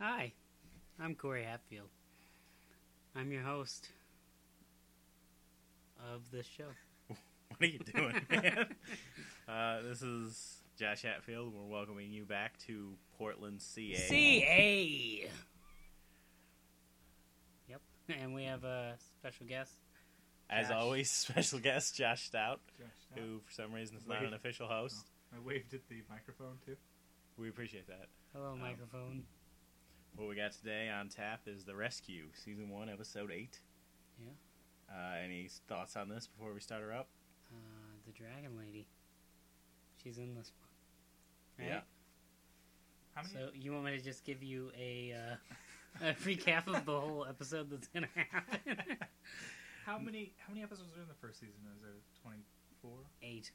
Hi, I'm Corey Hatfield. I'm your host of this show. What are you doing, man? uh, this is Josh Hatfield. We're welcoming you back to Portland, CA. CA! Yep, and we have a special guest. As Josh. always, special guest Josh Stout, Josh, no. who for some reason is not an Wait. official host. I waved at the microphone too. We appreciate that. Hello, Um, microphone. What we got today on tap is The Rescue, Season 1, Episode 8. Yeah. Uh, any thoughts on this before we start her up? Uh, the Dragon Lady. She's in this one. Right? Yeah. How many? So you want me to just give you a, uh, a recap of the whole episode that's gonna happen? how many? How many episodes were in the first season? Is there twenty-four? Eight,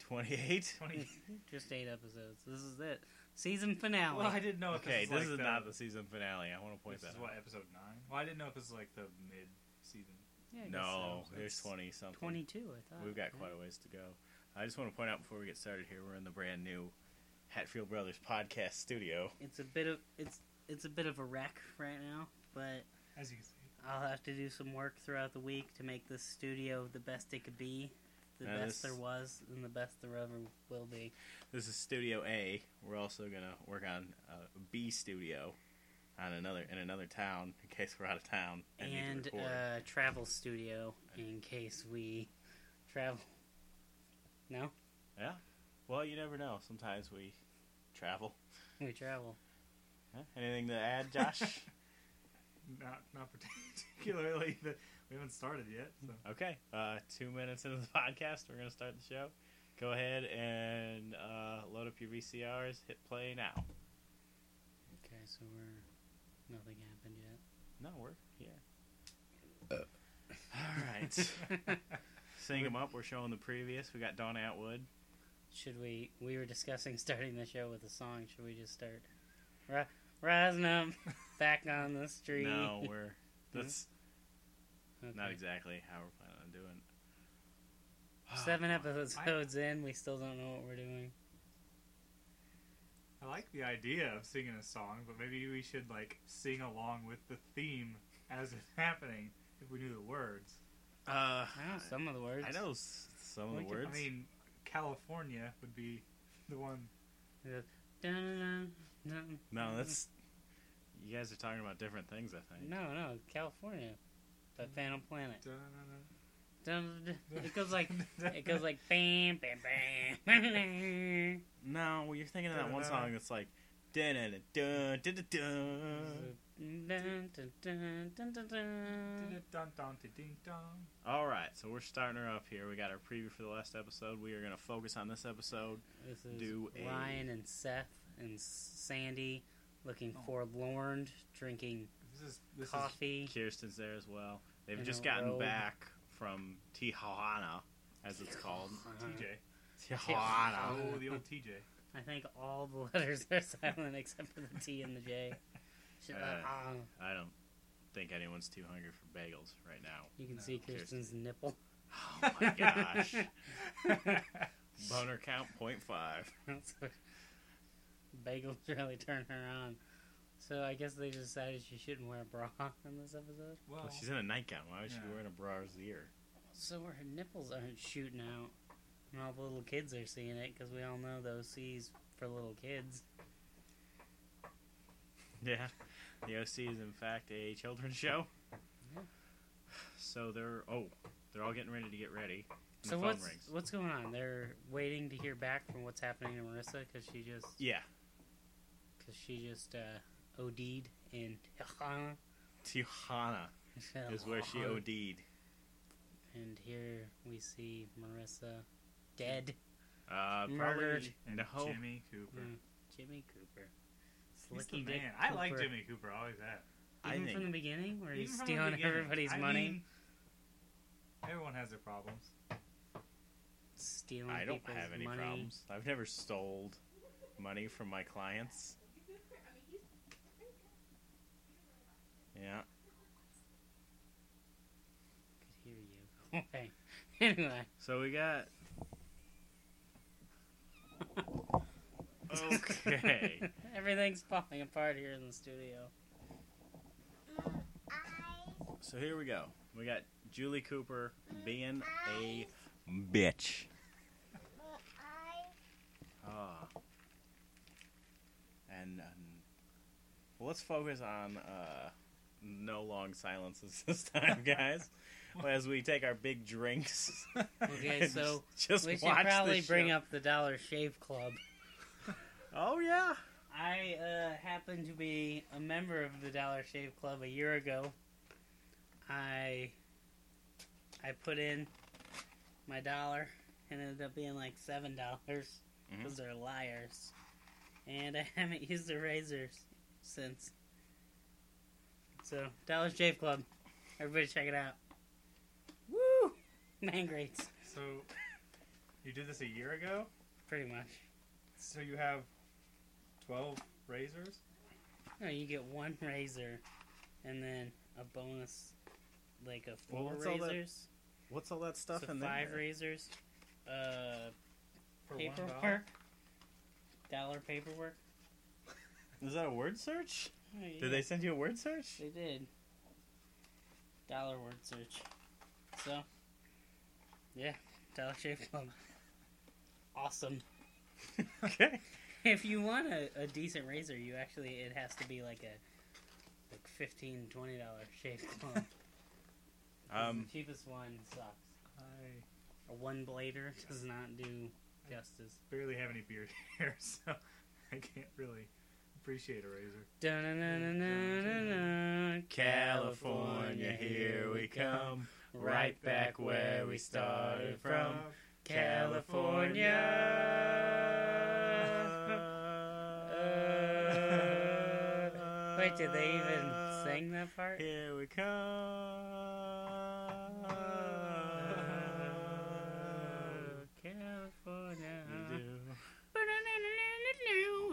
28? Twenty? just eight episodes. This is it. Season finale. well, I didn't know. If Okay, this, this was is like not the. the season finale. I want to point this that is out. what episode nine. Well, I didn't know if this is like the mid-season. Yeah, I guess No, so. there's It's 20 something. Twenty-two. I thought We've got Yeah. quite a ways to go. I just want to point out before we get started here, we're in the brand new Hatfield Brothers podcast studio. It's a bit of it's it's a bit of a wreck right now, but As you can see, I'll have to do some work throughout the week to make this studio the best it could be, the Now best this- there was, and the best there ever will be. This is Studio A. We're also gonna work on a B studio on another in another town in case we're out of town and, need and to record. uh, travel studio in case we travel. No, yeah. Well, you never know. Sometimes we travel. we travel. Huh? Anything to add, Josh? not not particularly. The, we haven't started yet. So. okay. Uh, two minutes into the podcast, we're gonna start the show. Go ahead and uh, load up your VCRs. Hit play now. Okay, so we're nothing happened yet. No, we're here. All right. Sing them up. We're showing the previous. We got Dawn Atwood. Should we? We were discussing starting the show with a song. Should we just start? Ri- Rising up, back on the street. No, we're. That's Okay. not exactly how we're planning on doing. it. Seven episodes in, we still don't know what we're doing. I like the idea of singing a song, but maybe we should like sing along with the theme as it's happening if we knew the words. Uh, I know some of the words. I know s- some of the We could- words. I mean, California would be the one. Dun, dun, dun, no, dun. that's. You guys are talking about different things, I think. no, no, California, by Hmm. Phantom Planet. Dun-dun-dun. Dun, dun, dun. It goes like it goes like bam, bam, bam. No, well, you're thinking of that one Da-da-da-da. song that's like. dun-dun-dun-dun, Mm-hmm. dun-dun-dun. Dun, dun, dun, dun, dun, dun. Dun-dun-dun-dun-ding-dong. All right, so we're starting her up here. We got our preview for the last episode. We are going to focus on this episode. This is Do a- Ryan and Seth and Sandy looking Oh. forlorn, drinking This is this is coffee. Kirsten's there as well. They've In just a gotten robe. back from Tijuana, as it's called. Uh-huh. TJ. Tijuana. Oh, the old TJ. I think all the letters are silent except for the T and the J. Shit, uh, Uh, ah. I don't think anyone's too hungry for bagels right now. you can no, see Kirsten. Kirsten's nipple. Oh my gosh. Boner count point five. That's what- Bagels really turn her on. So I guess they decided she shouldn't wear a bra in this episode. well, Well, she's in a nightgown. Why is she Yeah. wearing a bra here? So her nipples aren't shooting out. And all the little kids are seeing it because we all know those C's for little kids. Yeah. The OC is in fact a children's show. Yeah. So they're oh, they're all getting ready to get ready. so And the phone what's rings. what's going on? They're waiting to hear back from what's happening to Marissa because she just Yeah. because she just uh, OD'd in Tijuana. Tijuana is where she OD'd. And here we see Marissa dead. Uh, Murdered. probably and no. Jimmy Cooper. Mm, Jimmy Cooper. He's Slicky the Dick man. I like Cooper. Jimmy Cooper. Always have. I Even think- from the beginning, where Even he's from the stealing beginning. everybody's I money, mean, everyone has their problems. stealing I don't people's have any money. problems. I've never stole money from my clients. Yeah. Could hear you. Okay. Anyway, So we got Okay. Everything's falling apart here in the studio. So here we go. We got Julie Cooper being a bitch. Ah. And um, well, let's focus on uh, no long silences this time, guys. As we take our big drinks. Okay, and so just we should watch the probably bring show. up the Dollar Shave Club. Oh yeah. I uh, happened to be a member of the Dollar Shave Club a year ago. I I put in my dollar and it ended up being like seven dollars because they're liars, and I haven't used the razors since. So Dollar Shave Club, everybody check it out. Woo! Man greats, So, you did this a year ago? pretty much. So you have 12 razors? No, you get one razor, and then a bonus, like a Well, four what's all that razors, What's all that stuff so in there? five razors, uh, For paperwork, dollar paperwork. Is that a word search? Oh, yeah, Did they send you a word search? They did. Dollar word search. So, yeah, Dollar Shave Club. Awesome. okay. If you want a, a decent razor, you actually it has to be like a like fifteen twenty dollar shave club. Um, the cheapest one sucks. I A one blader does not do justice. barely have any beard hair, so I can't really appreciate a razor. Dun-dun-dun-dun-dun-dun. California, here we come. Right back where we started from. California. Uh, Wait, did they even sing that part? Here we come. California.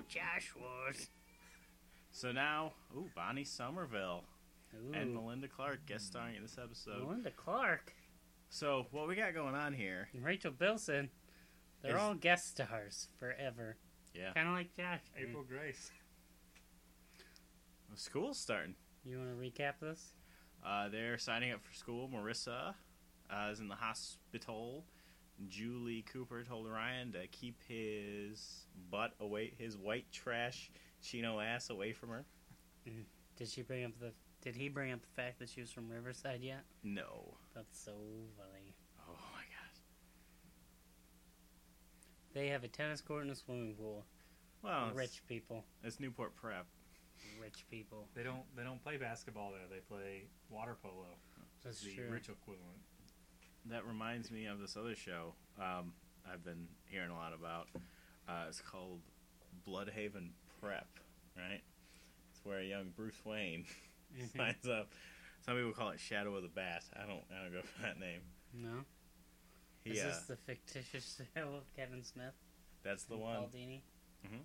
Joshua's. So now, ooh, Bonnie Somerville and Ooh, Melinda Clark guest starring in this episode. Melinda Clark So what we got going on here? and Rachel Bilson. They're Is- all guest stars forever. Yeah, Kind of like Mm. Josh. April Grace. school's starting. You want to recap this? Uh, they're signing up for school. Marissa uh, is in the hospital. Julie Cooper told Ryan to keep his butt away, his white trash chino ass away from her. Did she bring up the? Did he bring up the fact that she was from Riverside yet? No. That's so funny. Oh my gosh. They have a tennis court and a swimming pool. Oh, Well, it's, Rich people. it's Newport Prep. Rich people. They don't they don't play basketball there. They play water polo. That's the true. rich equivalent. That reminds me of this other show um, I've been hearing a lot about. Uh, it's called Bloodhaven Prep, right? It's where a young Bruce Wayne Mhm. signs up. Some people call it Shadow of the Bat. I don't. I don't go for that name. no. He, Is uh, this the fictitious show of Kevin Smith? That's the and one. Paul Dini. Mm-hmm. Mhm.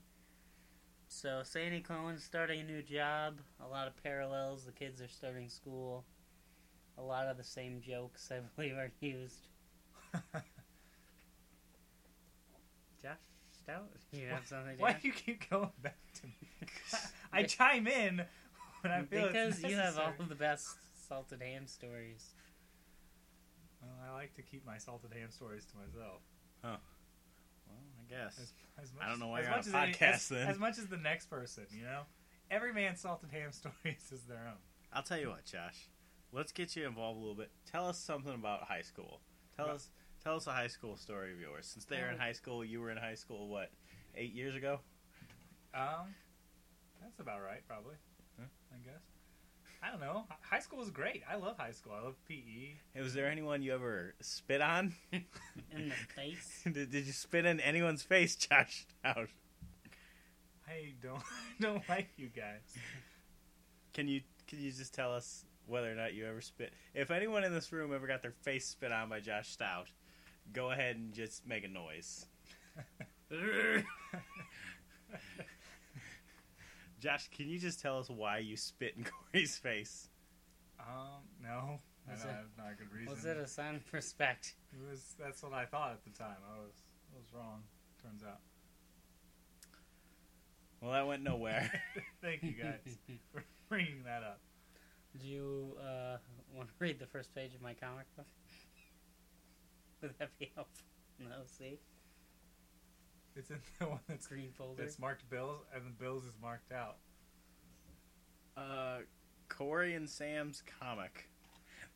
So Sandy Cohen's starting a new job. A lot of parallels. The kids are starting school. A lot of the same jokes, I believe, are used. Josh Stout, you have something to Why add? do you keep going back to me? I chime in when I feel it's Because you have all necessary. of the best salted ham stories. Well, I like to keep my salted ham stories to myself. Well, I guess. As, as much, I don't know why as you're on much a as any- podcast as- then. As much as the next person, you know? Every man's salted ham stories is their own. I'll tell you what, Josh. Let's get you involved a little bit. Tell us something about high school. Tell Well- us tell us a high school story of yours. Since they were in high school, you were in high school what, eight years ago? Um, that's about right, probably. Huh? I guess. I don't know. Hi- High school was great. I love high school. I love E. PE. Hey, Was there anyone you ever spit on? In the face. did, did you spit in anyone's face, Josh? Out. I don't don't like you guys. Can you can you just tell us whether or not you ever spit? If anyone in this room ever got their face spit on by Josh Stout, go ahead and just make a noise. Josh, can you just tell us why you spit in Corey's face? Um, no. I Was don't it- have not a good reason. Was it a sign of respect? It was that's what I thought at the time. I was I was wrong. Turns out. Well, that went nowhere. Thank you guys for bringing that up. Do you uh, want to read the first page of my comic book? Would that be helpful? No, see? It's in the one that's Green folder. that's marked Bills, and the Bills is marked out. Uh, Corey and Sam's comic.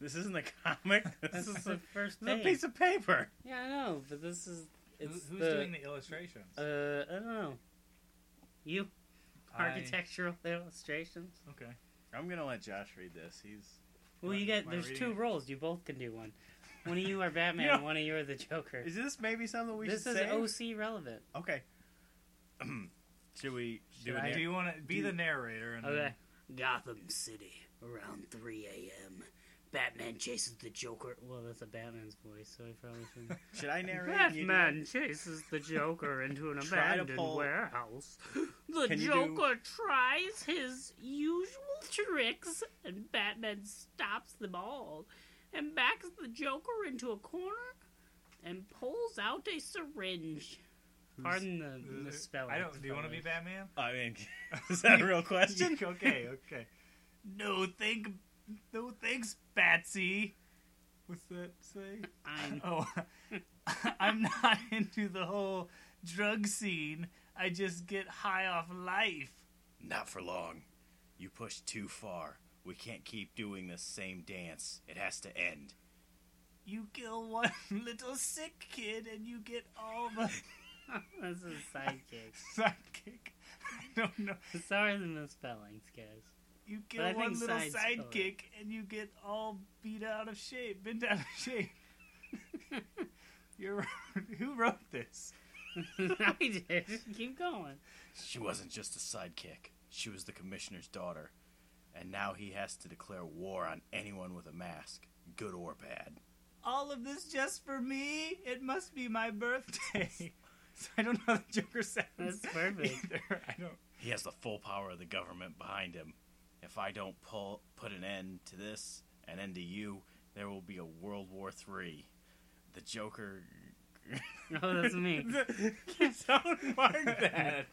This isn't a comic. This This is is a, the first this is a page. piece of paper. Yeah, I know, but this is. Who, It's who's the, doing the illustrations? Uh, I don't know. You? I- Architectural illustrations? Okay. I'm gonna let Josh read this. He's Well, you Am I- got. am I There's reading two it? roles. You both can do one. One of you are Batman, Yeah. and one of you are the Joker. is this maybe something we This should is say? OC relevant. Okay. should we do Should it? I now? Do you want to be do- the narrator? And Okay. then- Gotham City, around 3 a.m. Batman chases the Joker. Well, that's a Batman's voice, so I probably shouldn't. Should I narrate? and you do it? Batman chases the Joker into an Try to abandoned pull- warehouse. The Can you do- Joker tries his usual tricks, and Batman stops them all and backs the Joker into a corner and pulls out a syringe. Who's- Pardon the Uh, misspelling. I don't. Do you want to be Batman? I mean, is that a real question? okay. Okay. No thank. No thanks, Batsy. What's that say? I'm Oh, I'm not into the whole drug scene. I just get high off life. Not for long. You pushed too far. We can't keep doing this same dance. It has to end. You kill one little sick kid and you get all the this is sidekicks. sidekick. I don't know. Sorry the misspellings, guys. You I kill think one little side's fine. sidekick and you get all beat out of shape, bent out of shape. You're who wrote this? I did. Keep going. She wasn't just a sidekick. She was the commissioner's daughter. And now he has to declare war on anyone with a mask, good or bad. All of this just for me? It must be my birthday. so I don't know how the Joker sounds. That's perfect. Either. I don't. He has the full power of the government behind him. If I don't pull put an end to this, an end to you, there will be a World War III. The Joker Oh, that's me. Don't mark that.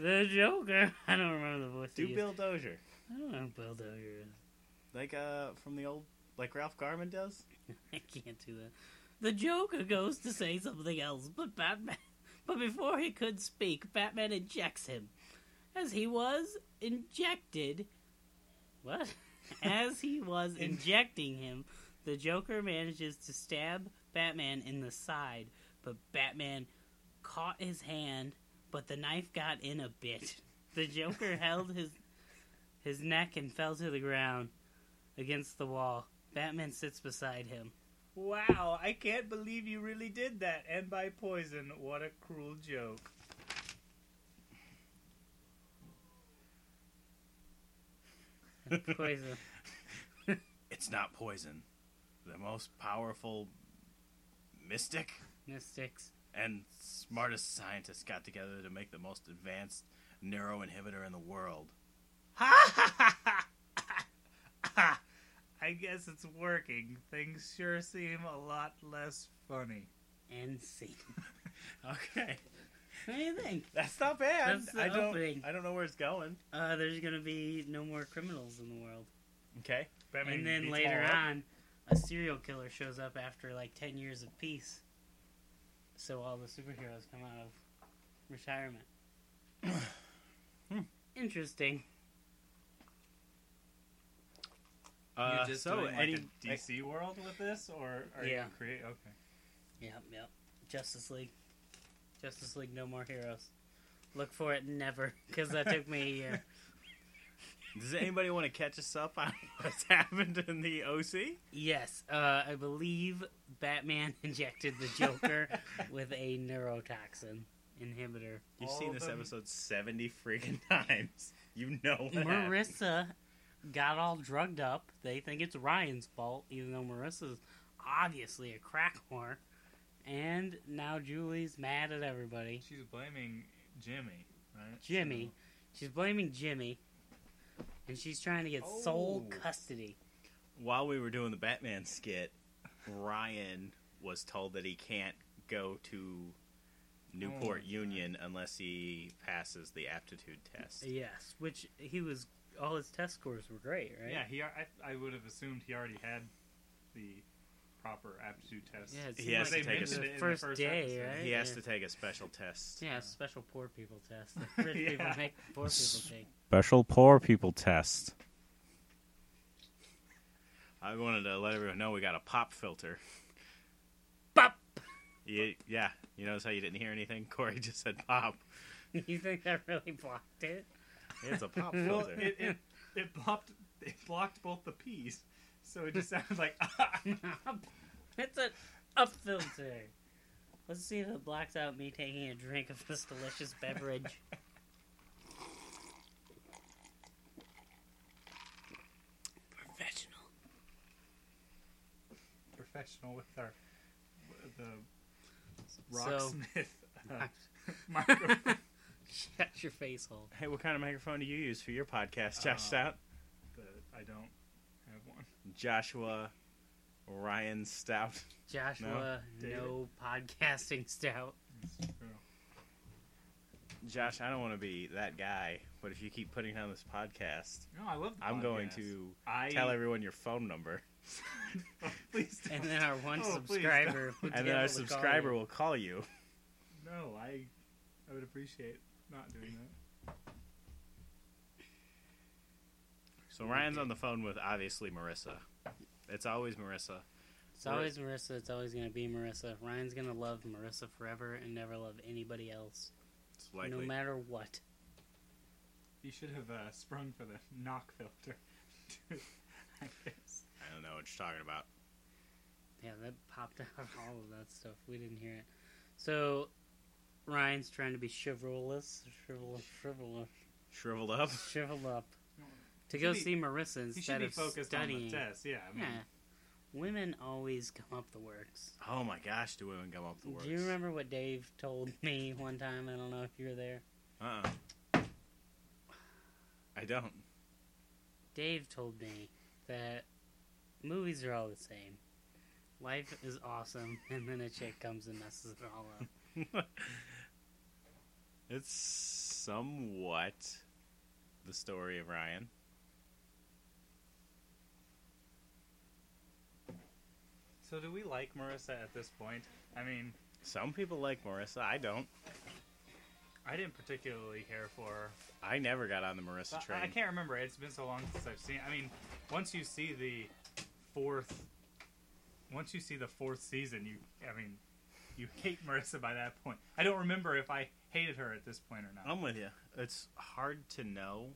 The Joker. I don't remember the voice. he Do used. Bill Dozier. I don't know Bill Dozier. Like uh from the old like Ralph Garman does? I can't do that. The Joker goes to say something else, but Batman. But before he could speak, Batman injects him, as he was injected. What? As he was injecting him, the Joker manages to stab Batman in the side, but Batman caught his hand, but the knife got in a bit. The Joker held his his neck and fell to the ground against the wall. Batman sits beside him. Wow, I can't believe you really did that. And by poison, what a cruel joke. Poison. It's not poison. The most powerful mystic Mystics. and smartest scientists got together to make the most advanced neuro inhibitor in the world. Ha ha ha ha! ha! I guess it's working. Things sure seem a lot less funny. And see. Okay. What do you think? That's not bad. That's the I don't opening. I don't know where it's going. Uh, there's gonna be no more criminals in the world. Okay. and then later on, a serial killer shows up after like 10 years of peace. So all the superheroes come out of retirement. Hmm. Interesting. Uh, You're just so doing like any a DC world with this, or are Yeah. you create? Okay, Yep, yep. Justice League. Justice League, no more heroes. Look for it never, because that took me a year. does anybody want to catch us up on what's happened in the OC? Yes, uh, I believe Batman injected the Joker with a neurotoxin inhibitor. You've All seen of this them. episode seventy freaking times. You know that. Marissa got all drugged up. They think it's Ryan's fault, even though Marissa's obviously a crack whore. And now Julie's mad at everybody. she's blaming Jimmy, right? Jimmy. She's blaming Jimmy. And she's trying to get sole Oh. custody. While we were doing the Batman skit, Ryan was told that he can't go to Oh Newport Union unless he passes the aptitude test. Yes, which he was. All his test scores were great, right? Yeah, he. ar- I, I would have assumed he already had the proper aptitude test. Yeah, it He seemed has like to take it was a- the in the first, first day, episode. right? He has yeah. to take a special test. Yeah, special poor people test. that rich people Yeah. make poor people take. Special poor people test. I wanted to let everyone know we got a pop filter. Pop. You, yeah, you notice how you didn't hear anything? Corey just said pop. You think that really blocked it? It's a pop Well, filter. it, it, it blocked it blocked both the P's, so it just sounded like it's an up filter. Let's see if it blocks out me taking a drink of this delicious beverage. Professional. professional with our the So- rocksmith uh, microphone. Shut your face hole. hey, what kind of microphone do you use for your podcast, Josh Uh, Oh. Stout? But I don't have one. Joshua Ryan Stout. Joshua, no, David. podcasting stout. It's true. Josh, I don't want to be that guy, but if you keep putting on this podcast, No, I love. The I'm going podcast. to I tell everyone your phone number, Oh, please don't. And then our one Oh, please subscriber. would and be then our able to call subscriber you. will call you. no, I I would appreciate not doing that. So Ryan's on the phone with obviously Marissa. It's always Marissa. It's always Marissa. It's always going to be Marissa. Ryan's going to love Marissa forever and never love anybody else, It's no likely. matter what. You should have uh, sprung for the knock filter. I guess. I don't know what you're talking about. Yeah, that popped out all of that stuff. We didn't hear it. So Ryan's trying to be chivalrous, chivalrous, chivalrous, Shriveled up. chival up No. to He go should be- see Marissa He instead should be of focused on studying. the test. Yeah, I mean, Yeah, women always come up the works. Oh my gosh, do women come up the works? Do you remember what Dave told me one time? I don't know if you were there. Uh-uh. I don't. Dave told me that movies are all the same. Life is awesome, and then a chick comes and messes it all up. It's somewhat the story of Ryan. So do we like Marissa at this point? I mean, Some people like Marissa. I don't. I didn't particularly care for her. I never got on the Marissa But train. I, I can't remember. It's been so long since I've seen. I mean, once you see the fourth, once you see the fourth season, you. I mean, you hate Marissa by that point. I don't remember if I hated her at this point or Oh. not. I'm with you. It's hard to know.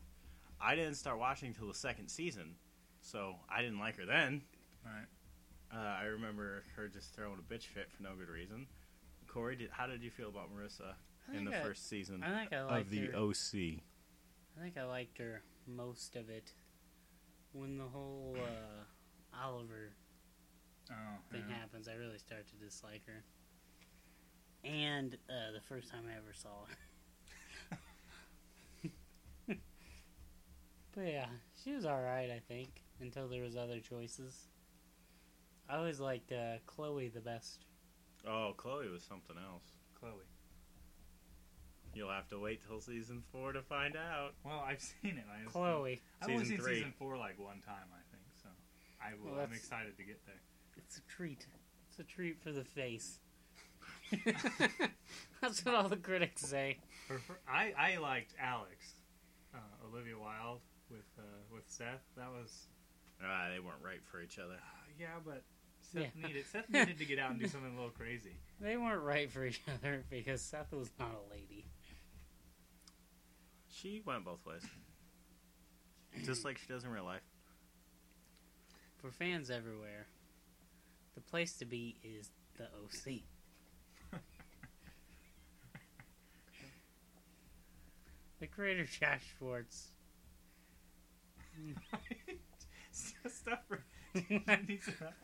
I didn't start watching till the second season, so I didn't like her then. Right. Uh, I remember her just throwing a bitch fit for no good reason. Corey, did, how did you feel about Marissa I in the think I- first season I think I of liked the her. OC? I think I liked her most of it when the whole uh, Oliver Oh. thing yeah. happens. I really start to dislike her, and uh, the first time I ever saw her. but yeah, she was all right, I think, until there was other choices. I always liked uh, Chloe the best. Oh, Chloe was something else. Chloe. You'll have to wait till season four to find out. Well, I've seen it. I just, Chloe, I've only Season seen three. season four like one time, I think. So I will. Well, I'm that's- excited to get there. it's a treat. It's a treat for the face. That's what all the critics say. Her, fir- I I liked Alex, uh, Olivia Wilde with uh, with Seth. That was Ah, they weren't right for each other. uh, yeah, but Seth Yeah. needed Seth needed to get out and do something a little crazy. They weren't right for each other because Seth was not a lady. She went both ways. Just like she does in real life. For fans everywhere, the place to be is the OC. the creator Josh Schwartz. Stuff for oh needs that.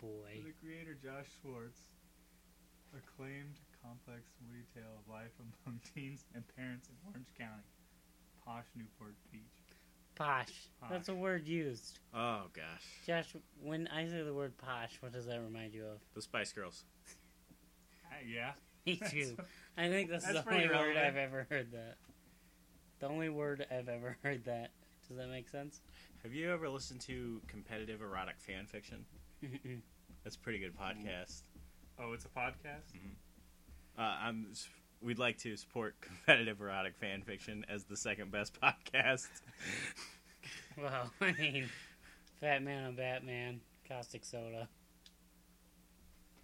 boy. the creator Josh Schwartz, acclaimed complex woody tale of life among teens and parents in Orange County, posh Newport Beach. Posh. That's a word used. Oh gosh, Josh, when I say the word posh, what does that remind you of? the Spice Girls. Uh, yeah. Me too. I think this is That's the only pretty word relevant. I've ever heard that. The only word I've ever heard that. Does that make sense? Have you ever listened to competitive erotic fan fiction? Mm-mm. That's a pretty good Mm. podcast. Oh, it's a podcast. Uh, I'm. We'd like to support competitive erotic fan fiction as the second best podcast. well, I mean, Fat Man on Batman, Caustic Soda.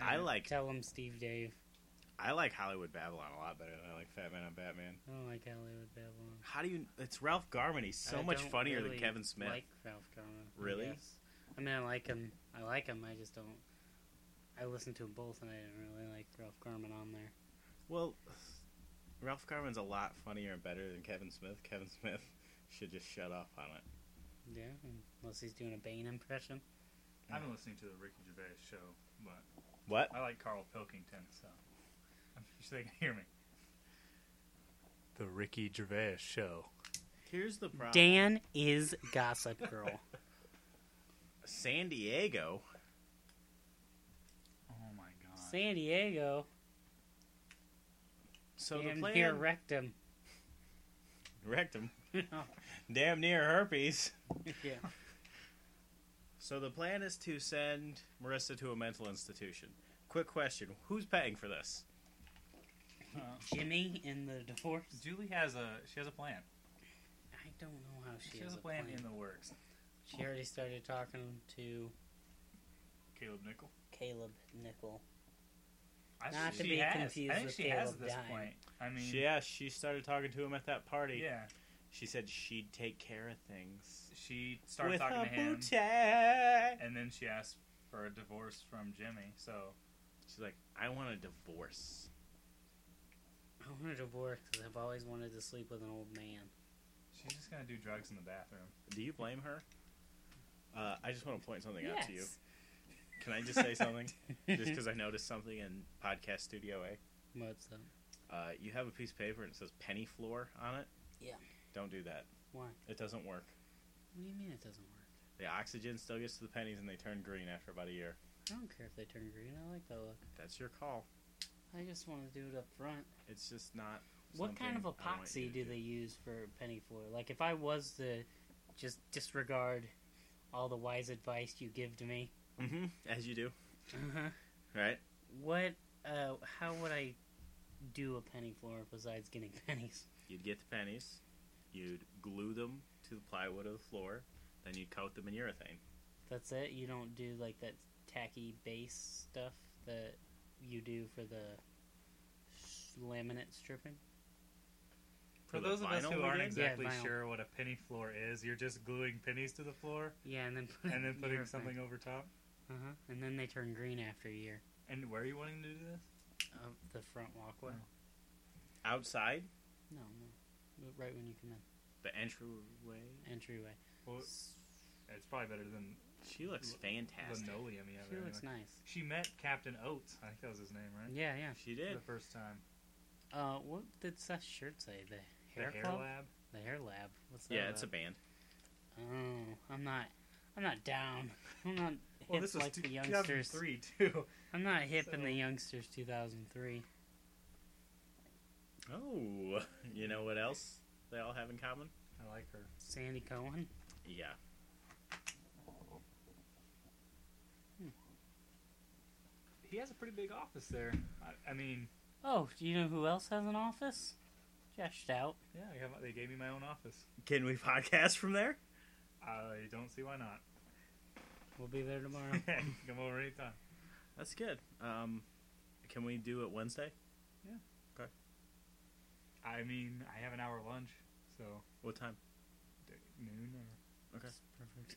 I like Tell him Steve Dave. I like Hollywood Babylon a lot better than I like Fat Man on Batman. I don't like Hollywood Babylon. How do you? It's Ralph Garman. He's so I much don't funnier really than Kevin Smith. Like Ralph Garman. Really? Yes. I mean, I like him. I like him. I just don't. I listened to them both, and I didn't really like Ralph Garman on there. Well, Ralph Garman's a lot funnier and better than Kevin Smith. Kevin Smith should just shut up on it. Yeah, unless he's doing a Bane impression. I've been listening to the Ricky Gervais show, but What? I like Carl Pilkington, so I'm sure they can hear me. The Ricky Gervais show. Here's the problem. Dan is Gossip Girl. San Diego. Oh my god. San Diego. So damn the plan near wrecked him. rectum. yeah. Damn near herpes. So the plan is to send Marissa to a mental institution. Quick question: Who's paying for this? Uh, Jimmy in the divorce. Julie has a she has a plan. I don't know how Oh, she, She, has a plan, in the works. She already started talking to Caleb Nickel. Caleb Nickel. I Not think to she be has. confused I think with she has Caleb at this Dime. point. I mean, She, yeah, she started talking to him at that party. yeah. She said she'd take care of things. She started With talking a to him, booty. and then she asked for a divorce from Jimmy. So She's like, I want a divorce. I want a divorce because I've always wanted to sleep with an old man. she's just gonna do drugs in the bathroom. Do you blame her? Uh, I just want to point something out to you. Can I just say something? just because I noticed something in Podcast Studio A. What's up? Uh, you have a piece of paper and it says penny floor on it. Yeah. Don't do that. Why? It doesn't work. What do you mean it doesn't work? The oxygen still gets to the pennies and they turn green after about a year. I don't care if they turn green. I like that look. That's your call. I just want to do it up front. It's just not. What kind of something I want you epoxy to do they use for penny floor? Like, if I was to just disregard all the wise advice you give to me, Mhm, As you do, uh-huh. right? what, uh, how would I do a penny floor besides getting pennies? You'd get the pennies, you'd glue them to the plywood of the floor, then you'd coat them in urethane. That's it. You don't do like that tacky base stuff that you do for the s- laminate stripping. For the those of us vinyl who we aren't did? Yeah, exactly vinyl. sure what a penny floor is, you're just gluing pennies to the floor Yeah, and then and then putting something over top. Uh huh. And then they turn green after a year. And where are you wanting to do this? Up the front walkway. Oh. outside No, no. Right when you come in, the entryway. entryway. Well, it's probably better than She looks L- fantastic. linoleum. You Hmm? have She anyway. looks nice. She met Captain Oates. I think that was his name, right? Yeah, yeah. She did. The first time. Uh, what did Seth's shirt say? The hair, the hair club. lab. The hair lab. What's that? Yeah, it's a about? band. Oh, I'm not. I'm not down. I'm not hip Well, this was like two- the youngsters. 2003 too. I'm not hip in the So- youngsters 2003. Oh, you know what else they all have in common? I like her. Sandy Cohen. Yeah. He has a pretty big office there. I, I mean, Oh, do you know who else has an office? Josh Stout. yeah, I have- they gave me my own office. Can we podcast from there? I don't see why not. We'll be there tomorrow. You can Come over anytime. That's good. Um, can we do it Wednesday? I mean, I have an hour lunch, so What time? d- noon or Okay. It's perfect.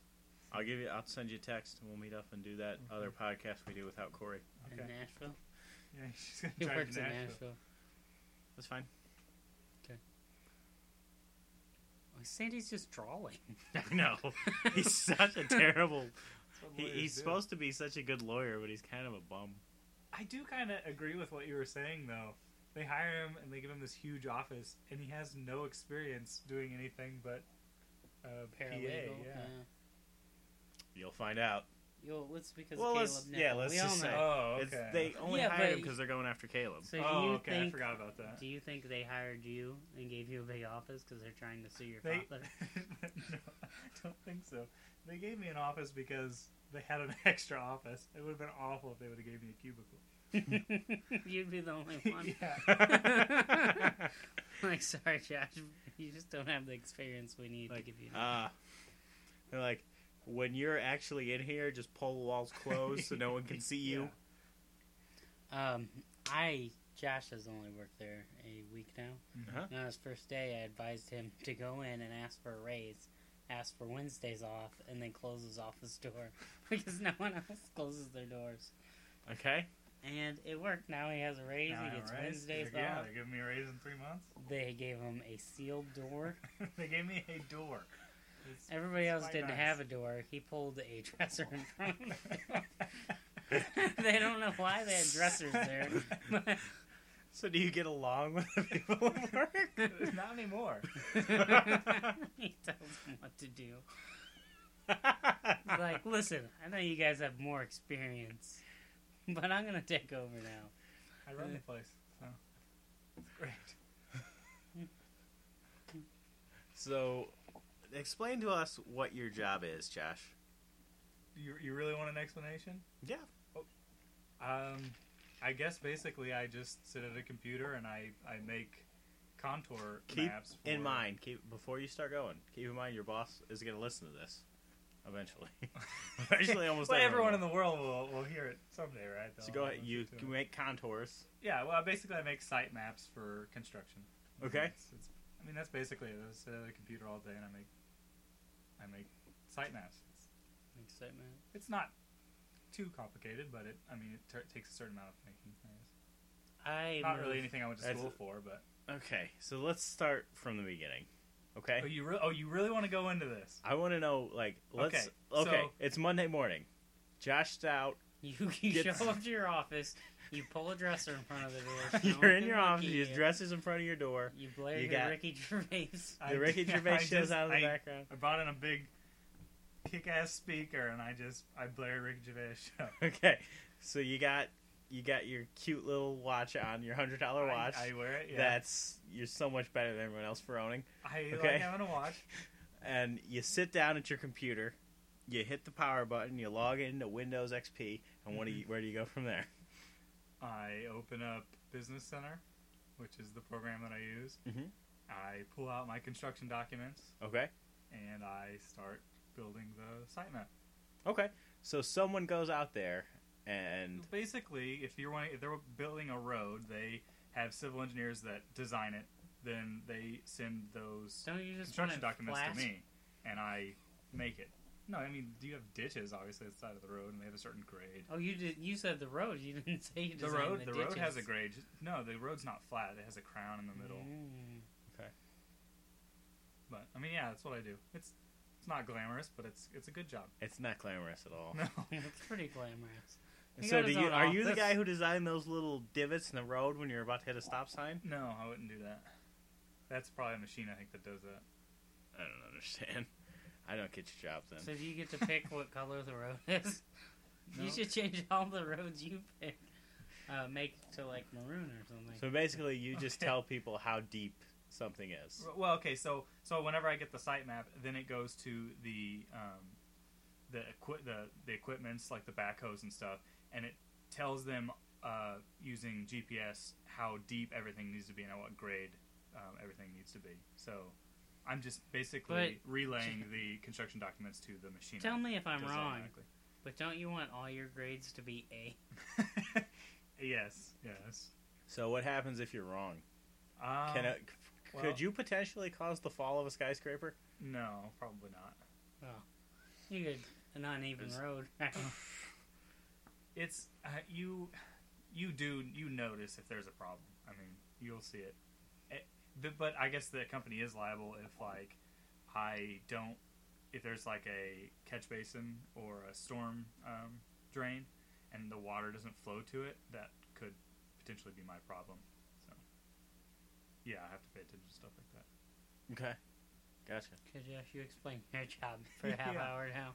I'll give you. I'll send you a text, and we'll meet up and do that other podcast we do without Corey. In okay. Nashville. Yeah, she's gonna He drive works to in Nashville. Nashville. That's fine. Oh, Sandy's just drawling. no, he's such a terrible. That's what He, lawyers he's do. supposed to be such a good lawyer, but he's kind of a bum. I do kind of agree with what you were saying, though. They hire him and they give him this huge office, and he has no experience doing anything but uh, PA. Paralegal. yeah. You'll find out. You'll, it's because Well, Caleb let's- Nichol. yeah, let's we just all say- know. Oh, It's, okay. they only Yeah, hired him but- because they're going after Caleb. So do oh, you okay. I think forgot about that. do you think they hired you and gave you a big office because they're trying to sue your They, father? no, I don't think so. They gave me an office because they had an extra office. It would have been awful if they would have gave me a cubicle. You'd be the only one. Yeah. like, sorry, Josh, you just don't have the experience we need to Like, give you. uh, they're like, when you're actually in here, just pull the walls closed so no one can see you. um, I Josh has only worked there a week now. Uh-huh. And on his first day, I advised him to go in and ask for a raise, ask for Wednesdays off, and then close his office door because no one else closes their doors. Okay. And it worked. Now he has a raise. Now I he gets raise- Wednesdays they're- Yeah, off. they gave me a raise in three months. They gave him a sealed door. they gave me a door. It's- Everybody it's else quite didn't nice. have a door. He pulled a dresser in front of them. they don't know why they had dressers there. but- So do you get along with the people at work? Not anymore. he tells them what to do. He's like, listen, I know you guys have more experience, but I'm gonna take over now. I run the place. So. It's great. so, explain to us what your job is, Josh. You, you really want an explanation? Oh. Yeah. Um, I guess basically I just sit at a computer and I, I make contour Keep maps. For in mind, keep before you start going, keep in mind your boss is going to listen to this eventually. eventually, almost well, everyone. everyone in the world will, will hear it someday, right? So They'll go all ahead. listen You to can it. make contours. Yeah, well, basically I make site maps for construction. Okay. It's, it's, I mean, that's basically it. I sit at a computer all day and I make I make site maps. It's, Excitement. it's not too complicated, but it I mean it tur takes a certain amount of thinking. I guess. I Not moved- really anything I went to That's- school for, but Okay, so let's start from the beginning. Okay. oh, you re- oh you really want to go into this? I want to know, like, let's. Okay, Okay, so- it's Monday morning. Josh out. You, you Gets- show up to your office, you pull a dresser in front of the door. no You're one in can your look office. at Your you. dress is in front of your door. You blare you your got- Ricky Gervais. The Ricky I- Gervais I shows just- out of the I- background. I brought in a big kick-ass speaker and I just I blare Ricky Gervais show. Okay, so you got you got your cute little watch on your hundred dollar watch. I, I wear it. Yeah. That's you're so much better than everyone else for owning. I okay. like having a watch. And you sit down at your computer. You hit the power button. You log into Windows XP. And what do you? Where do you go from there? I open up Business Center, which is the program that I use. Mhm. I pull out my construction documents Okay. and I start building the site map. Okay. So someone goes out there and Basically, if you're wanting, if they're building a road, they have civil engineers that design it. Then they send those Don't you just want construction it documents flat? to me, and I make it. No, I mean, do you have ditches obviously at the side of the road, and they have a certain grade. Oh, you did. You said the road. You didn't say you The designed road, The, the road has a ditches. grade. No, the road's not flat. It has a crown in the middle. Mm. But I mean, yeah, that's what I do. It's it's not glamorous, but it's it's a good job. it's not glamorous at all. No, It's Mm, pretty glamorous. He so got do his you own are you the office. guy who designed those little divots in the road when you're about to hit a stop sign? no, I wouldn't do that. That's probably a machine I think that does that. I don't understand. I don't get your job then. So do you get to pick what color the road is? You No. should change all the roads you pick. Uh, make it to like maroon or something. So basically, you just Okay. tell people how deep something is. R- Well, okay, so so whenever I get the site map, then it goes to the um, the equi- the the equipments like the backhoes and stuff, and it tells them uh, using GPS how deep everything needs to be and at what grade um, everything needs to be. So I'm just basically relaying the construction documents to the machine. Tell me if I'm Does it wrong, automatically. but don't you want all your grades to be A? yes, yes. So what happens if you're wrong? Um, Can it, well- could you potentially cause the fall of a skyscraper? No, probably not. You get an uneven There's- road. Right? Uh. It's uh, you. You do you notice if there's a problem? I mean, you'll see it. it but, but I guess the company is liable if like I don't. If there's like a catch basin or a storm um, drain, and the water doesn't flow to it, that could potentially be my problem. So, yeah, I have to pay attention to stuff like that. Okay, gotcha. Could you, you explain your job for a half Yeah. hour now?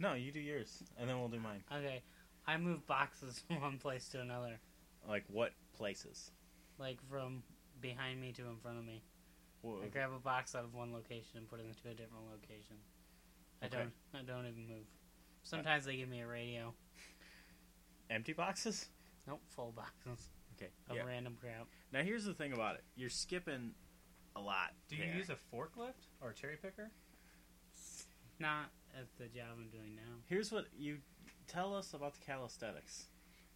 No, you do yours, and then we'll do mine. Okay, I move boxes from one place to another, Like what places? like from behind me to in front of me. Whoa. I grab a box out of one location and put it into a different location. I Okay. don't. I don't even move. Sometimes they give me a radio. Empty boxes? Nope, full boxes Okay. of Yeah. random crap. Now here's the thing about it. You're skipping a lot. Do you there. use a forklift or a cherry picker? Not at the job I'm doing now. Here's what you tell us about the calisthenics.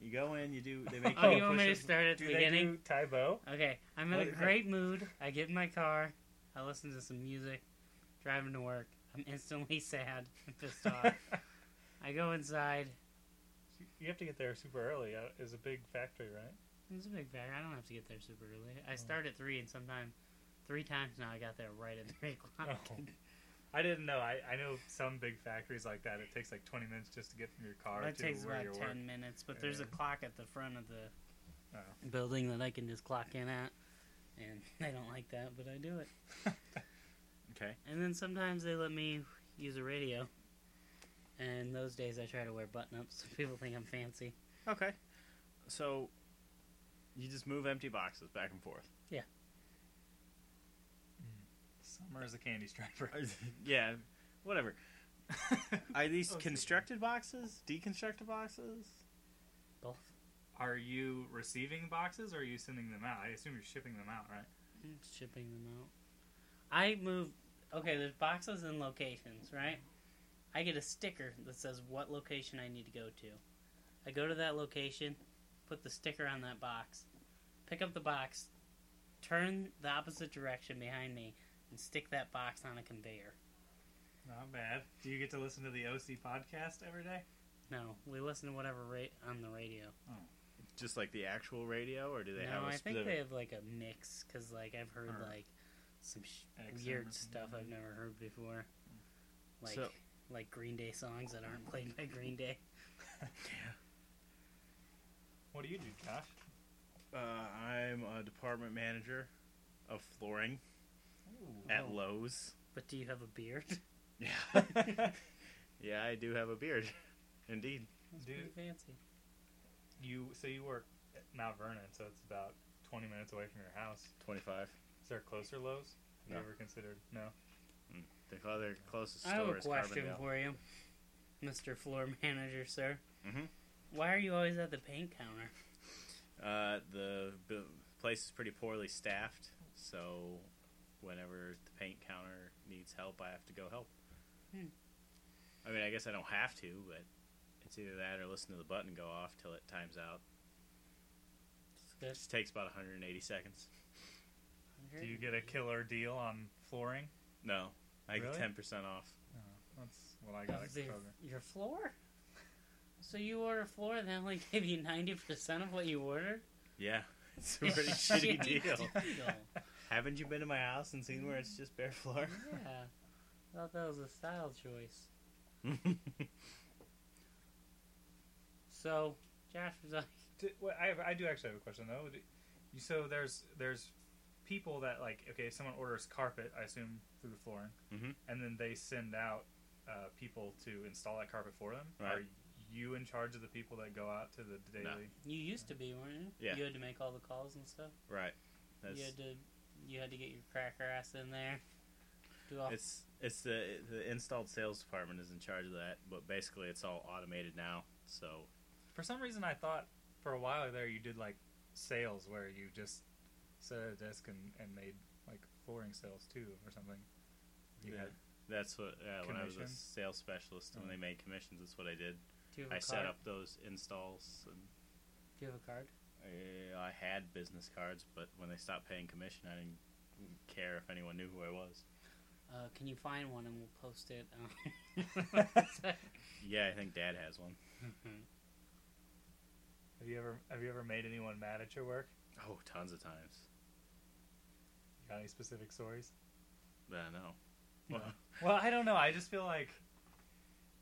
You go in, you do. They make Oh, you you do want me to push-ups. start at the do Oh, they beginning? do Tai Bo? Okay, I'm in What a is that? great mood. I get in my car. I listen to some music. Driving to work. I'm instantly sad and pissed off. I go inside. You have to get there super early. Uh, It's a big factory, right? It's a big bag. I don't have to get there super early. Oh. I start at 3 and sometime three times now I got there right at 3 o'clock. Oh. I didn't know. I, I know some big factories like that. It takes like 20 minutes just to get from your car that to takes where about you're 10 working. minutes, but there's a Yeah. clock at the front of the Oh. building that I can just clock in at. And I don't like that, but I do it. Okay. And then sometimes they let me use a radio. And those days I try to wear button ups so people think I'm fancy. Okay. So you just move empty boxes back and forth. Summer is a candy striper. yeah, whatever. Are these Oh, constructed boxes? Deconstructed boxes? Both. Are you receiving boxes or are you sending them out? I assume you're shipping them out, right? Shipping them out. I move. Okay, there's boxes and locations, right? I get a sticker that says what location I need to go to. I go to that location, put the sticker on that box, pick up the box, turn the opposite direction behind me, and stick that box on a conveyor. Not bad. Do you get to listen to the OC podcast every day? No, we listen to whatever rate on the radio. Just like the actual radio, or do they have no, a I specific? think they have like a mix because like I've heard Or like some sh- XM or weird something, stuff I've never heard before, like Mm. So- like Green Day songs that aren't played by Green Day. What do you do, Josh? Uh, I'm a department manager of flooring Oh. at Lowe's. But do you have a beard? Yeah, yeah, I do have a beard, indeed. That's Dude. pretty fancy. You so you work at Mount Vernon, so it's about 20 minutes away from your house. Twenty-five. Is there a closer Lowe's? No. You ever considered? No. They call their closest I have store a is question Carbondale. for you, Mister Floor Manager, sir. Mhm. Why are you always at the paint counter? Uh, the b- place is pretty poorly staffed, so whenever the paint counter needs help, I have to go help. Hmm. I mean, I guess I don't have to, but it's either that or listen to the button go off till it times out. It's good. It just takes about 180 seconds. Do you get a killer deal on flooring? No, I get Really? 10% off. That's what I Of got. at the- Kroger. your floor? So you order floor, and they only give you ninety percent of what you ordered. Yeah, it's a pretty shitty deal. deal. Haven't you been to my house and seen where it's just bare floor? Yeah. I thought that was a style choice. So, Josh was like, Do, well, I, have, I do actually have a question though. Do- you- So there's there's people that like okay, if someone orders carpet, I assume through the flooring, Mhm. and then they send out uh, people to install that carpet for them. Right. Are you in charge of the people that go out to the daily? you used to be, weren't you? Yeah. You had to make all the calls and stuff. right. That's, You had to, you had to get your cracker ass in there. Do all. It's it's the the installed sales department is in charge of that, but basically it's all automated now. So For some reason, I thought for a while there you did like sales where you just sat at a desk and, and made like flooring sales too or something. You Yeah. had- that's what uh, when I was a Commission? sales specialist when they made commissions, that's what I did. do you have a I card? set up those installs. And Do you have a card? uh, I had business cards, but when they stopped paying commission, I didn't care if anyone knew who I was. Uh, can you find one and we'll post it? Um, Yeah, I think Dad has one. have you ever have you ever made anyone mad at your work? Oh, tons of times. Got any specific stories? But I know. No. Well, I don't know. I just feel like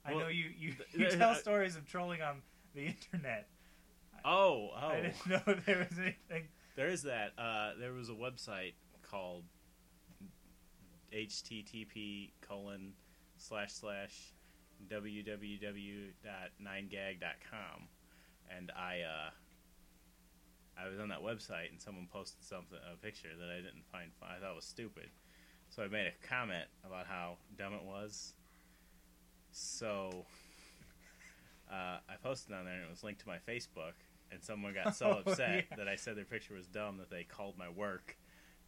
I Well, know you you, th- you th- uh, tell I- stories of trolling on the internet. Oh, I oh. didn't know there was anything. There is that. Uh, there was a website called http colon slash slash www.9gag.com, and I uh, I was on that website and someone posted something a picture that I didn't find fun. I thought was stupid, so I made a comment about how dumb it was. So uh, I posted on there and it was linked to my Facebook, and someone got so Oh, upset yeah. that I said their picture was dumb that they called my work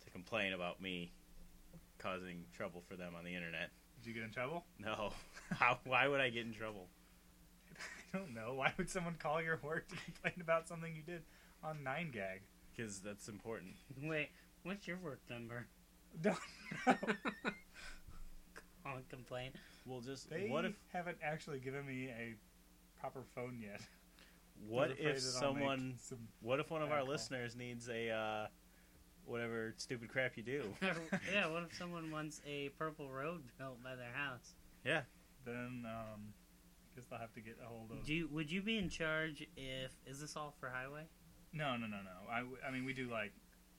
to complain about me causing trouble for them on the internet. Did you get in trouble? No, how? Why would I get in trouble? I don't know. Why would someone call your work to complain about something you did on Nine Gag? Because that's important. Wait, what's your work number? Don't know. Call and complain. Well, just They what if haven't actually given me a proper phone yet. what I'm afraid if that I'll make someone some- what if one of bad our call. listeners needs a uh, whatever stupid crap you do? yeah, what if someone wants a purple road built by their house? then um, I guess they'll have to get a Hmm. hold of. Do you, would you be in charge if is this all for highway? No, no, no, no. I, w- I mean, we do like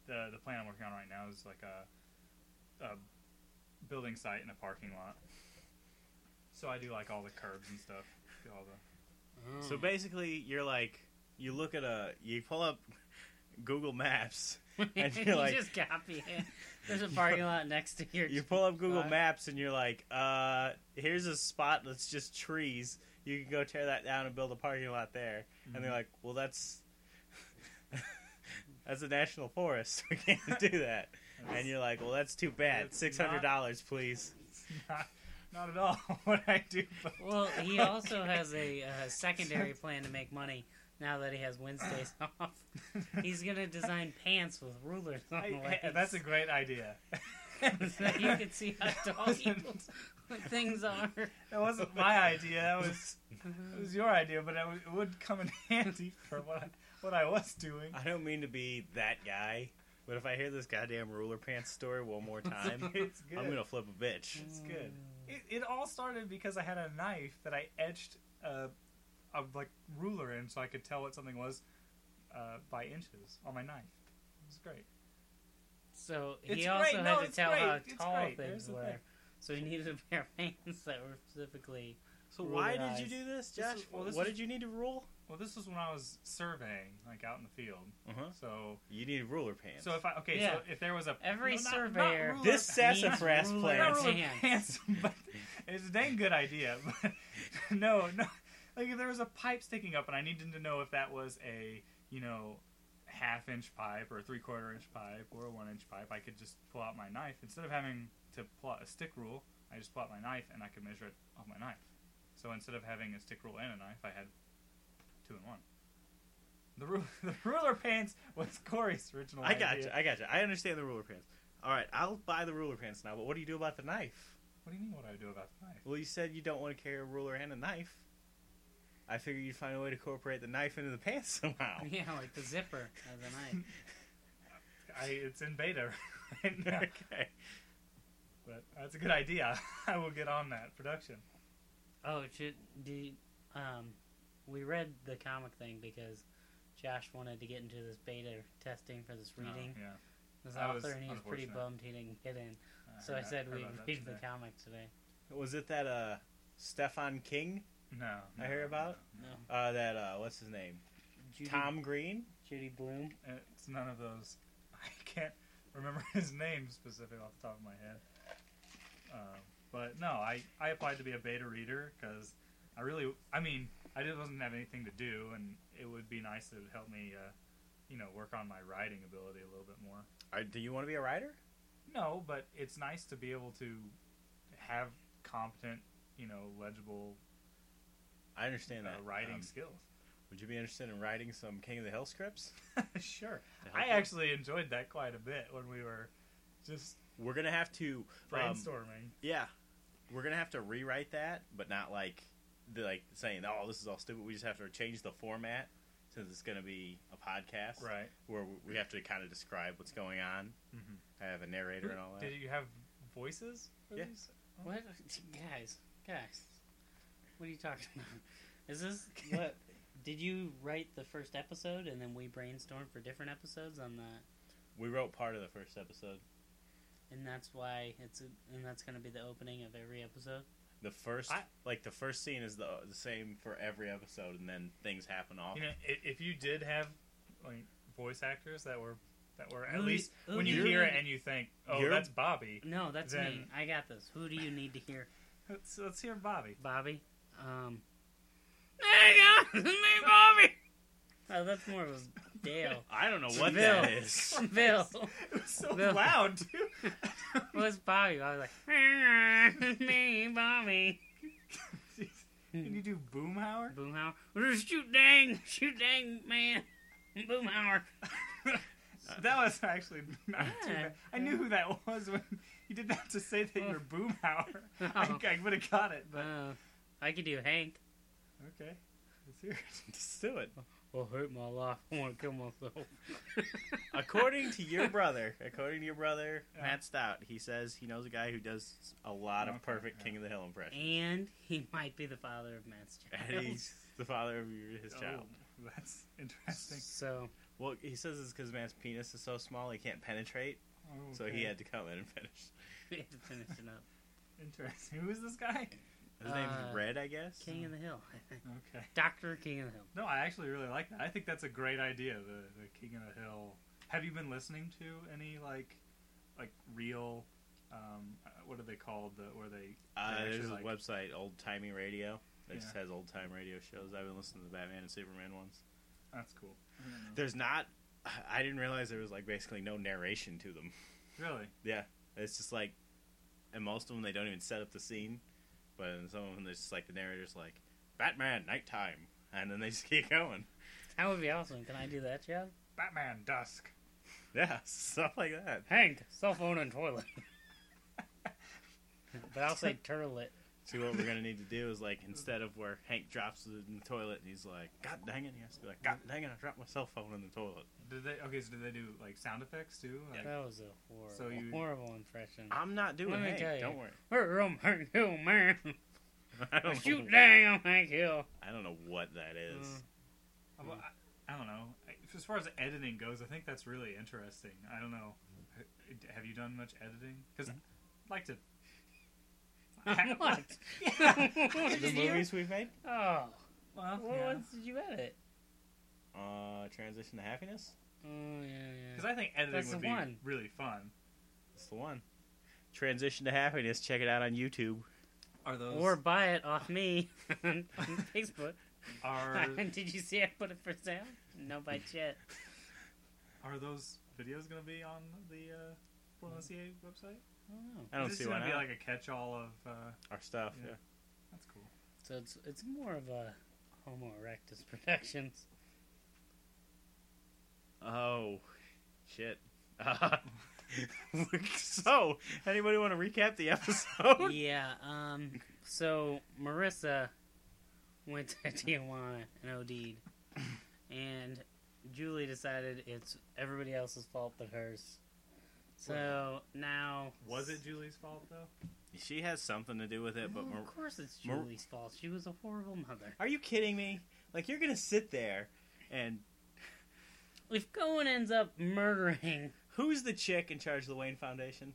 the the plan I'm working on right now is like a, a building site in a parking lot. So I do like all the curbs and stuff. do All the Hmm. So basically, you're like you look at a you pull up Google Maps. and you're you like- just copy it. There's a parking lot next to your. You pull up Google Right. Maps and you're like, uh, here's a spot that's just trees. You can go tear that down and build a parking lot there. And Hmm. they're like, well, that's that's a national forest. We can't do that. Mm-hmm. And you're like, well, that's too bad. It's Six hundred dollars, please. not, not at all what I do. But well, he also has a uh, secondary plan to make money. Now that he has Wednesdays off, he's gonna design pants with rulers on the I- legs. I- that's a great idea. so you can see how tall people's things are. That wasn't my idea. That was it was your idea, but it, w- it would come in handy for what I, what I was doing. I don't mean to be that guy, but if I hear this goddamn ruler pants story one more time, It's good. I'm gonna flip a bitch. It's good. It, it all started because I had a knife that I etched a, a like ruler in, so I could tell what something was uh, by inches on my knife. It's great. So he It's also great. had No, to it's tell great. how It's tall great. Here's things the were. thing. So he needed a pair of pants that were specifically. So Ruler why did eyes. you do this, This Josh? is- well, this what is- did you need to rule? Well, this was when I was surveying, like out in the field. Uh-huh. So, You need ruler pants. so if I okay, so Yeah. if there was a Every no, not- not surveyor- ruler this pants. sassafras ruler plant. Not eyes. ruler Pants. pants, but it's a dang good idea. But no, no, like if there was a pipe sticking up, and I needed to know if that was a you know half inch pipe or a three quarter inch pipe or a one inch pipe, I could just pull out my knife instead of having to pull out a stick rule. I just pull out my knife and I could measure it off my knife. So instead of having a stick rule and a knife, I had two and one. The, ru- the ruler pants was Corey's original. I got idea. you. I got you. I understand the ruler pants. All right, I'll buy the ruler pants now. But what do you do about the knife? What do you mean? What do I do about the knife? Well, you said you don't want to carry a ruler and a knife. I figured you'd find a way to incorporate the knife into the pants somehow. Yeah, like the zipper of the knife. I, it's in beta right now. okay. But that's a good idea. I will get on that production. Oh, should do you- um, we read the comic thing because Josh wanted to get into this beta testing for this reading. yeah. This that was author and he was pretty unfortunate. bummed he didn't get in. so I heard said that- we'd heard about that read the today. comic today. Was it that uh, Stefan King? No, I no, hear no, about? No, Uh, that uh, what's his name? Judy, Tom Green. Judy Bloom. no. It's none of those. I can't remember his name specifically off the top of my head. Um, but no, I, I applied to be a beta reader because I really, I mean, I just wasn't have anything to do, and it would be nice to help me, uh, you know, work on my writing ability a little bit more. Are, do you want to be a writer? No, but it's nice to be able to have competent, you know, legible I understand uh, that writing Um, skills. would you be interested in writing some King of the Hill scripts? sure. To help I you? actually enjoyed that quite a bit when we were just We're gonna have to um, brainstorming. Yeah, we're gonna have to rewrite that, but not like the, like saying, "Oh, this is all stupid." We just have to change the format since it's gonna be a podcast, right. Where we have to kind of describe what's going on, Mhm. have a narrator and all that. Did you have voices? for Yeah. these? What, guys, guys, what are you talking about? Is this what? Did you write the first episode and then we brainstormed for different episodes on that, We wrote part of the first episode. and that's why it's and that's going to be the opening of every episode. the first I- like the first scene is the the same for every episode, and then things happen off. You know, i- if you did have like voice actors that were that were at Who do- least who when do you you hear it mean? and you think, oh, You're- that's Bobby. No, that's Then- me. I got this. Who do you need to hear? Let's, let's hear Bobby. Bobby? Um. There you go! It's me, Bobby! Oh, that's more of a Dale. I don't know what Bill. that is. Bill. It was so No. loud, too. What's Bobby? I was like, it's me, Bobby. Can you do Boomhauer? Boomhauer. Shoot dang! Shoot dang, man. Boomhauer. That was actually not too Yeah. bad. I knew who that was when you didn't have to say that you're Boomhauer. Oh, I, I would have got it, but uh, I could do Hank. okay. Let's hear it. Let's do it. Will hurt my life. I want to kill myself. According to your brother, according to your brother Yeah. Matt Stout, he says he knows a guy who does a lot of Okay, perfect yeah. King of the Hill impressions, And he might be the father of Matt's child. and he's the father of your- his child. Oh, that's interesting. So, Well, he says it's because Matt's penis is so small he can't penetrate, so he Okay. had to come in and finish. we have to finish it up. Interesting. Who is this guy? His name's Uh, Red, I guess. King of the Hill, I think. Okay. Dr. King of the Hill. No, I actually really like that. I think that's a great idea. The the King of the Hill. Have you been listening to any like like real? Um, uh, what are they called? The, where they Uh, they're there's a actually, like- website, Old Timey Radio. That just Yeah. has old time radio shows. I've been listening to the Batman and Superman ones. That's cool. There's not. I didn't realize there was like basically no narration to them. Really? Yeah, it's just like, and most of them they don't even set up the scene, but in some of them it's just like the narrator's like, Batman nighttime, and then they just keep going. That would be awesome. Can I do that job? Batman Dusk. Yeah, stuff like that. Hank, cell phone and toilet. but I'll say turlet. See, what we're gonna need to do is like instead of where Hank drops it in the toilet and he's like, God dang it, he has to be like, God dang it, I dropped my cell phone in the toilet. Did they? Okay, so did they do like sound effects too? Like, That was a horrible, So you- horrible impression. I'm not doing Let me Hank. tell you. Don't worry. Hurt him, hurt him, man. I don't Shoot know. dang, I'm Hank Hill. I don't know what that is. Uh, I- well, I, I don't know. I- As far as editing goes, I think that's really interesting. I don't know. H- Have you done much editing? Because I'd like to. what? Yeah. What the did you- movies we've made? Oh, Well, what yeah. ones did you edit? Uh, Transition to Happiness. Oh yeah, Because I think editing That's the would be one. really fun. That's the one. Transition to Happiness. Check it out on YouTube. Are yeah. those Or buy it off me on Facebook. are did you see I put it for sale? No by yet. are those videos going to be on the uh, Portlandia website? I don't know. I don't Is see this why gonna not. be like a catch-all of uh, Our stuff. Yeah. Yeah. that's cool. So it's it's more of a Homo erectus Productions. Oh, shit. Uh, so, anybody want to recap the episode? yeah. Um. So Marissa went to Tijuana and OD'd, and Julie decided it's everybody else's fault but hers. So now Was it Julie's fault though? She has something to do with it, but No, Mar- of course it's Mar- Julie's fault. She was a horrible mother. are you kidding me? Like you're gonna sit there and If Cohen ends up murdering who's the chick in charge of the Wayne Foundation?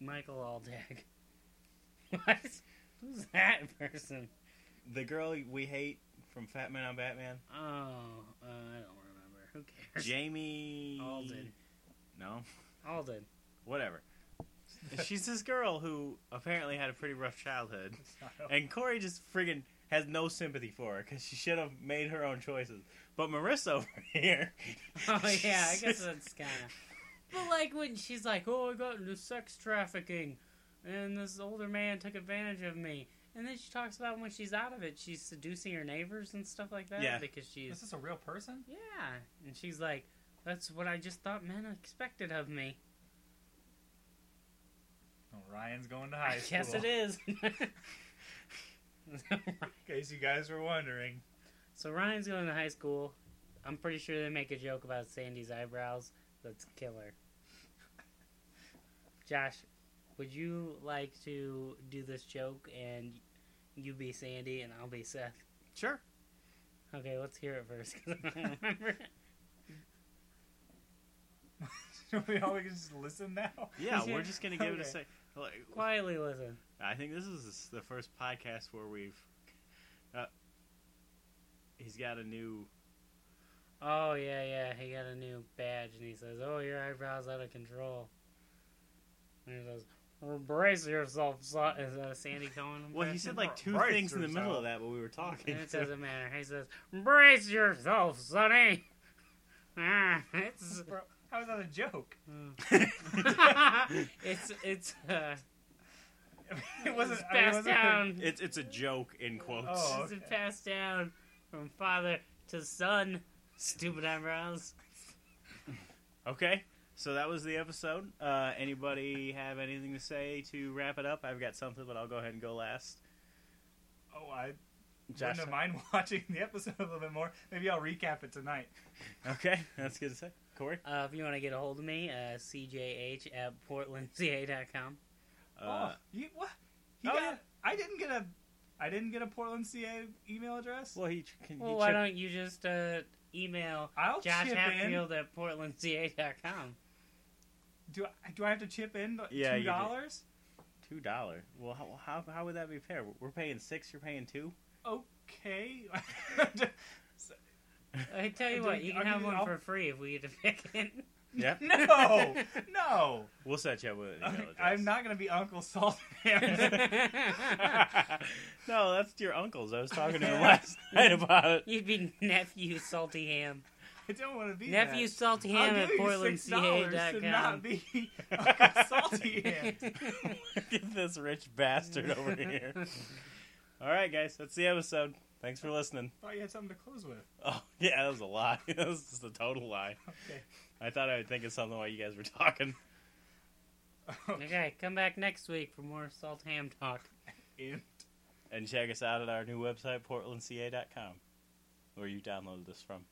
Michael Aldag, what? Who's that person? The girl we hate from Fat Man on Batman, Oh, uh, I don't remember. Who cares? Jamie Alden. No, Alden. whatever. She's this girl who apparently had a pretty rough childhood. It's not a- And Corey just friggin' has no sympathy for her because she should have made her own choices. But Marissa over here, Oh yeah, I guess that's kind of. But like when she's like, "Oh, I got into sex trafficking, and this older man took advantage of me," and then she talks about when she's out of it, she's seducing her neighbors and stuff like that Yeah. because Is she's this a real person? yeah, and she's like, "That's what I just thought men expected of me." Oh, Ryan's going to I high school. guess it is. In case you guys were wondering. so Ryan's going to high school. I'm pretty sure they make a joke about Sandy's eyebrows. That's killer. Josh, would you like to do this joke and you be Sandy and I'll be Seth? sure. Okay, let's hear it first because I don't remember it. Should we all just listen now? Yeah, Is we're it- just gonna give it a okay. sec. Like, Quietly listen. I think this is the first podcast where we've. Uh, he's got a new. Oh yeah, yeah. He got a new badge, and he says, "Oh, your eyebrows out of control." And he says, "Well, "Brace yourself." Sa-" Is that a Sandy Cohen? Well, he impression? said like two Right, things in the turns middle out. of that while we were talking. And it doesn't matter. He says, "Brace yourself, Sonny." Ah, it's Bro, how was that a joke? it's it's uh, I mean, it wasn't. it's I mean, it passed wasn't- down. it's it's a joke in quotes. Oh. It's okay. passed down from father to son. Stupid eyebrows. Okay, so that was the episode. Uh, anybody have anything to say to wrap it up? I've got something, but I'll go ahead and go last. Oh, I Josh, wouldn't mind watching the episode a little bit more. Maybe I'll recap it tonight. okay, that's good to say. Corey, Uh, if you want to get a hold of me, uh, cjh at portlandca.com. uh, oh, you, what? He oh, got, yeah. I didn't get a. I didn't get a Portland CA email address. well, he ch- can. Well, he why chip- don't you just uh, email I'll Josh chip in. Hatfield at portlandca.com? Do I, do I have to chip in the Yeah, two you do. dollars? Two dollar. Well, how, how how would that be fair? We're paying six. You're paying two. Okay. I tell you Do what, we- you can I have mean, one I'll- for free if we get to pick it. Yep. no, no. We'll set you up with an email address. I'm not gonna be Uncle Salt. no, that's your uncle's. I was talking to him last night about it. You'd be nephew Salty Ham. I don't want to be Nephew that. Salty I'll Ham at give you $6 to portlandca.com. not be Uncle Salty Ham. Get this rich bastard over here. All right, guys, that's the episode. Thanks for listening. Thought you had something to close with. Oh, yeah, that was a lie. that was just a total lie. Okay. I thought I would think of something while you guys were talking. Okay, come back next week for more Salt Ham talk. In- And check us out at our new website, portlandca.com, where you downloaded this from.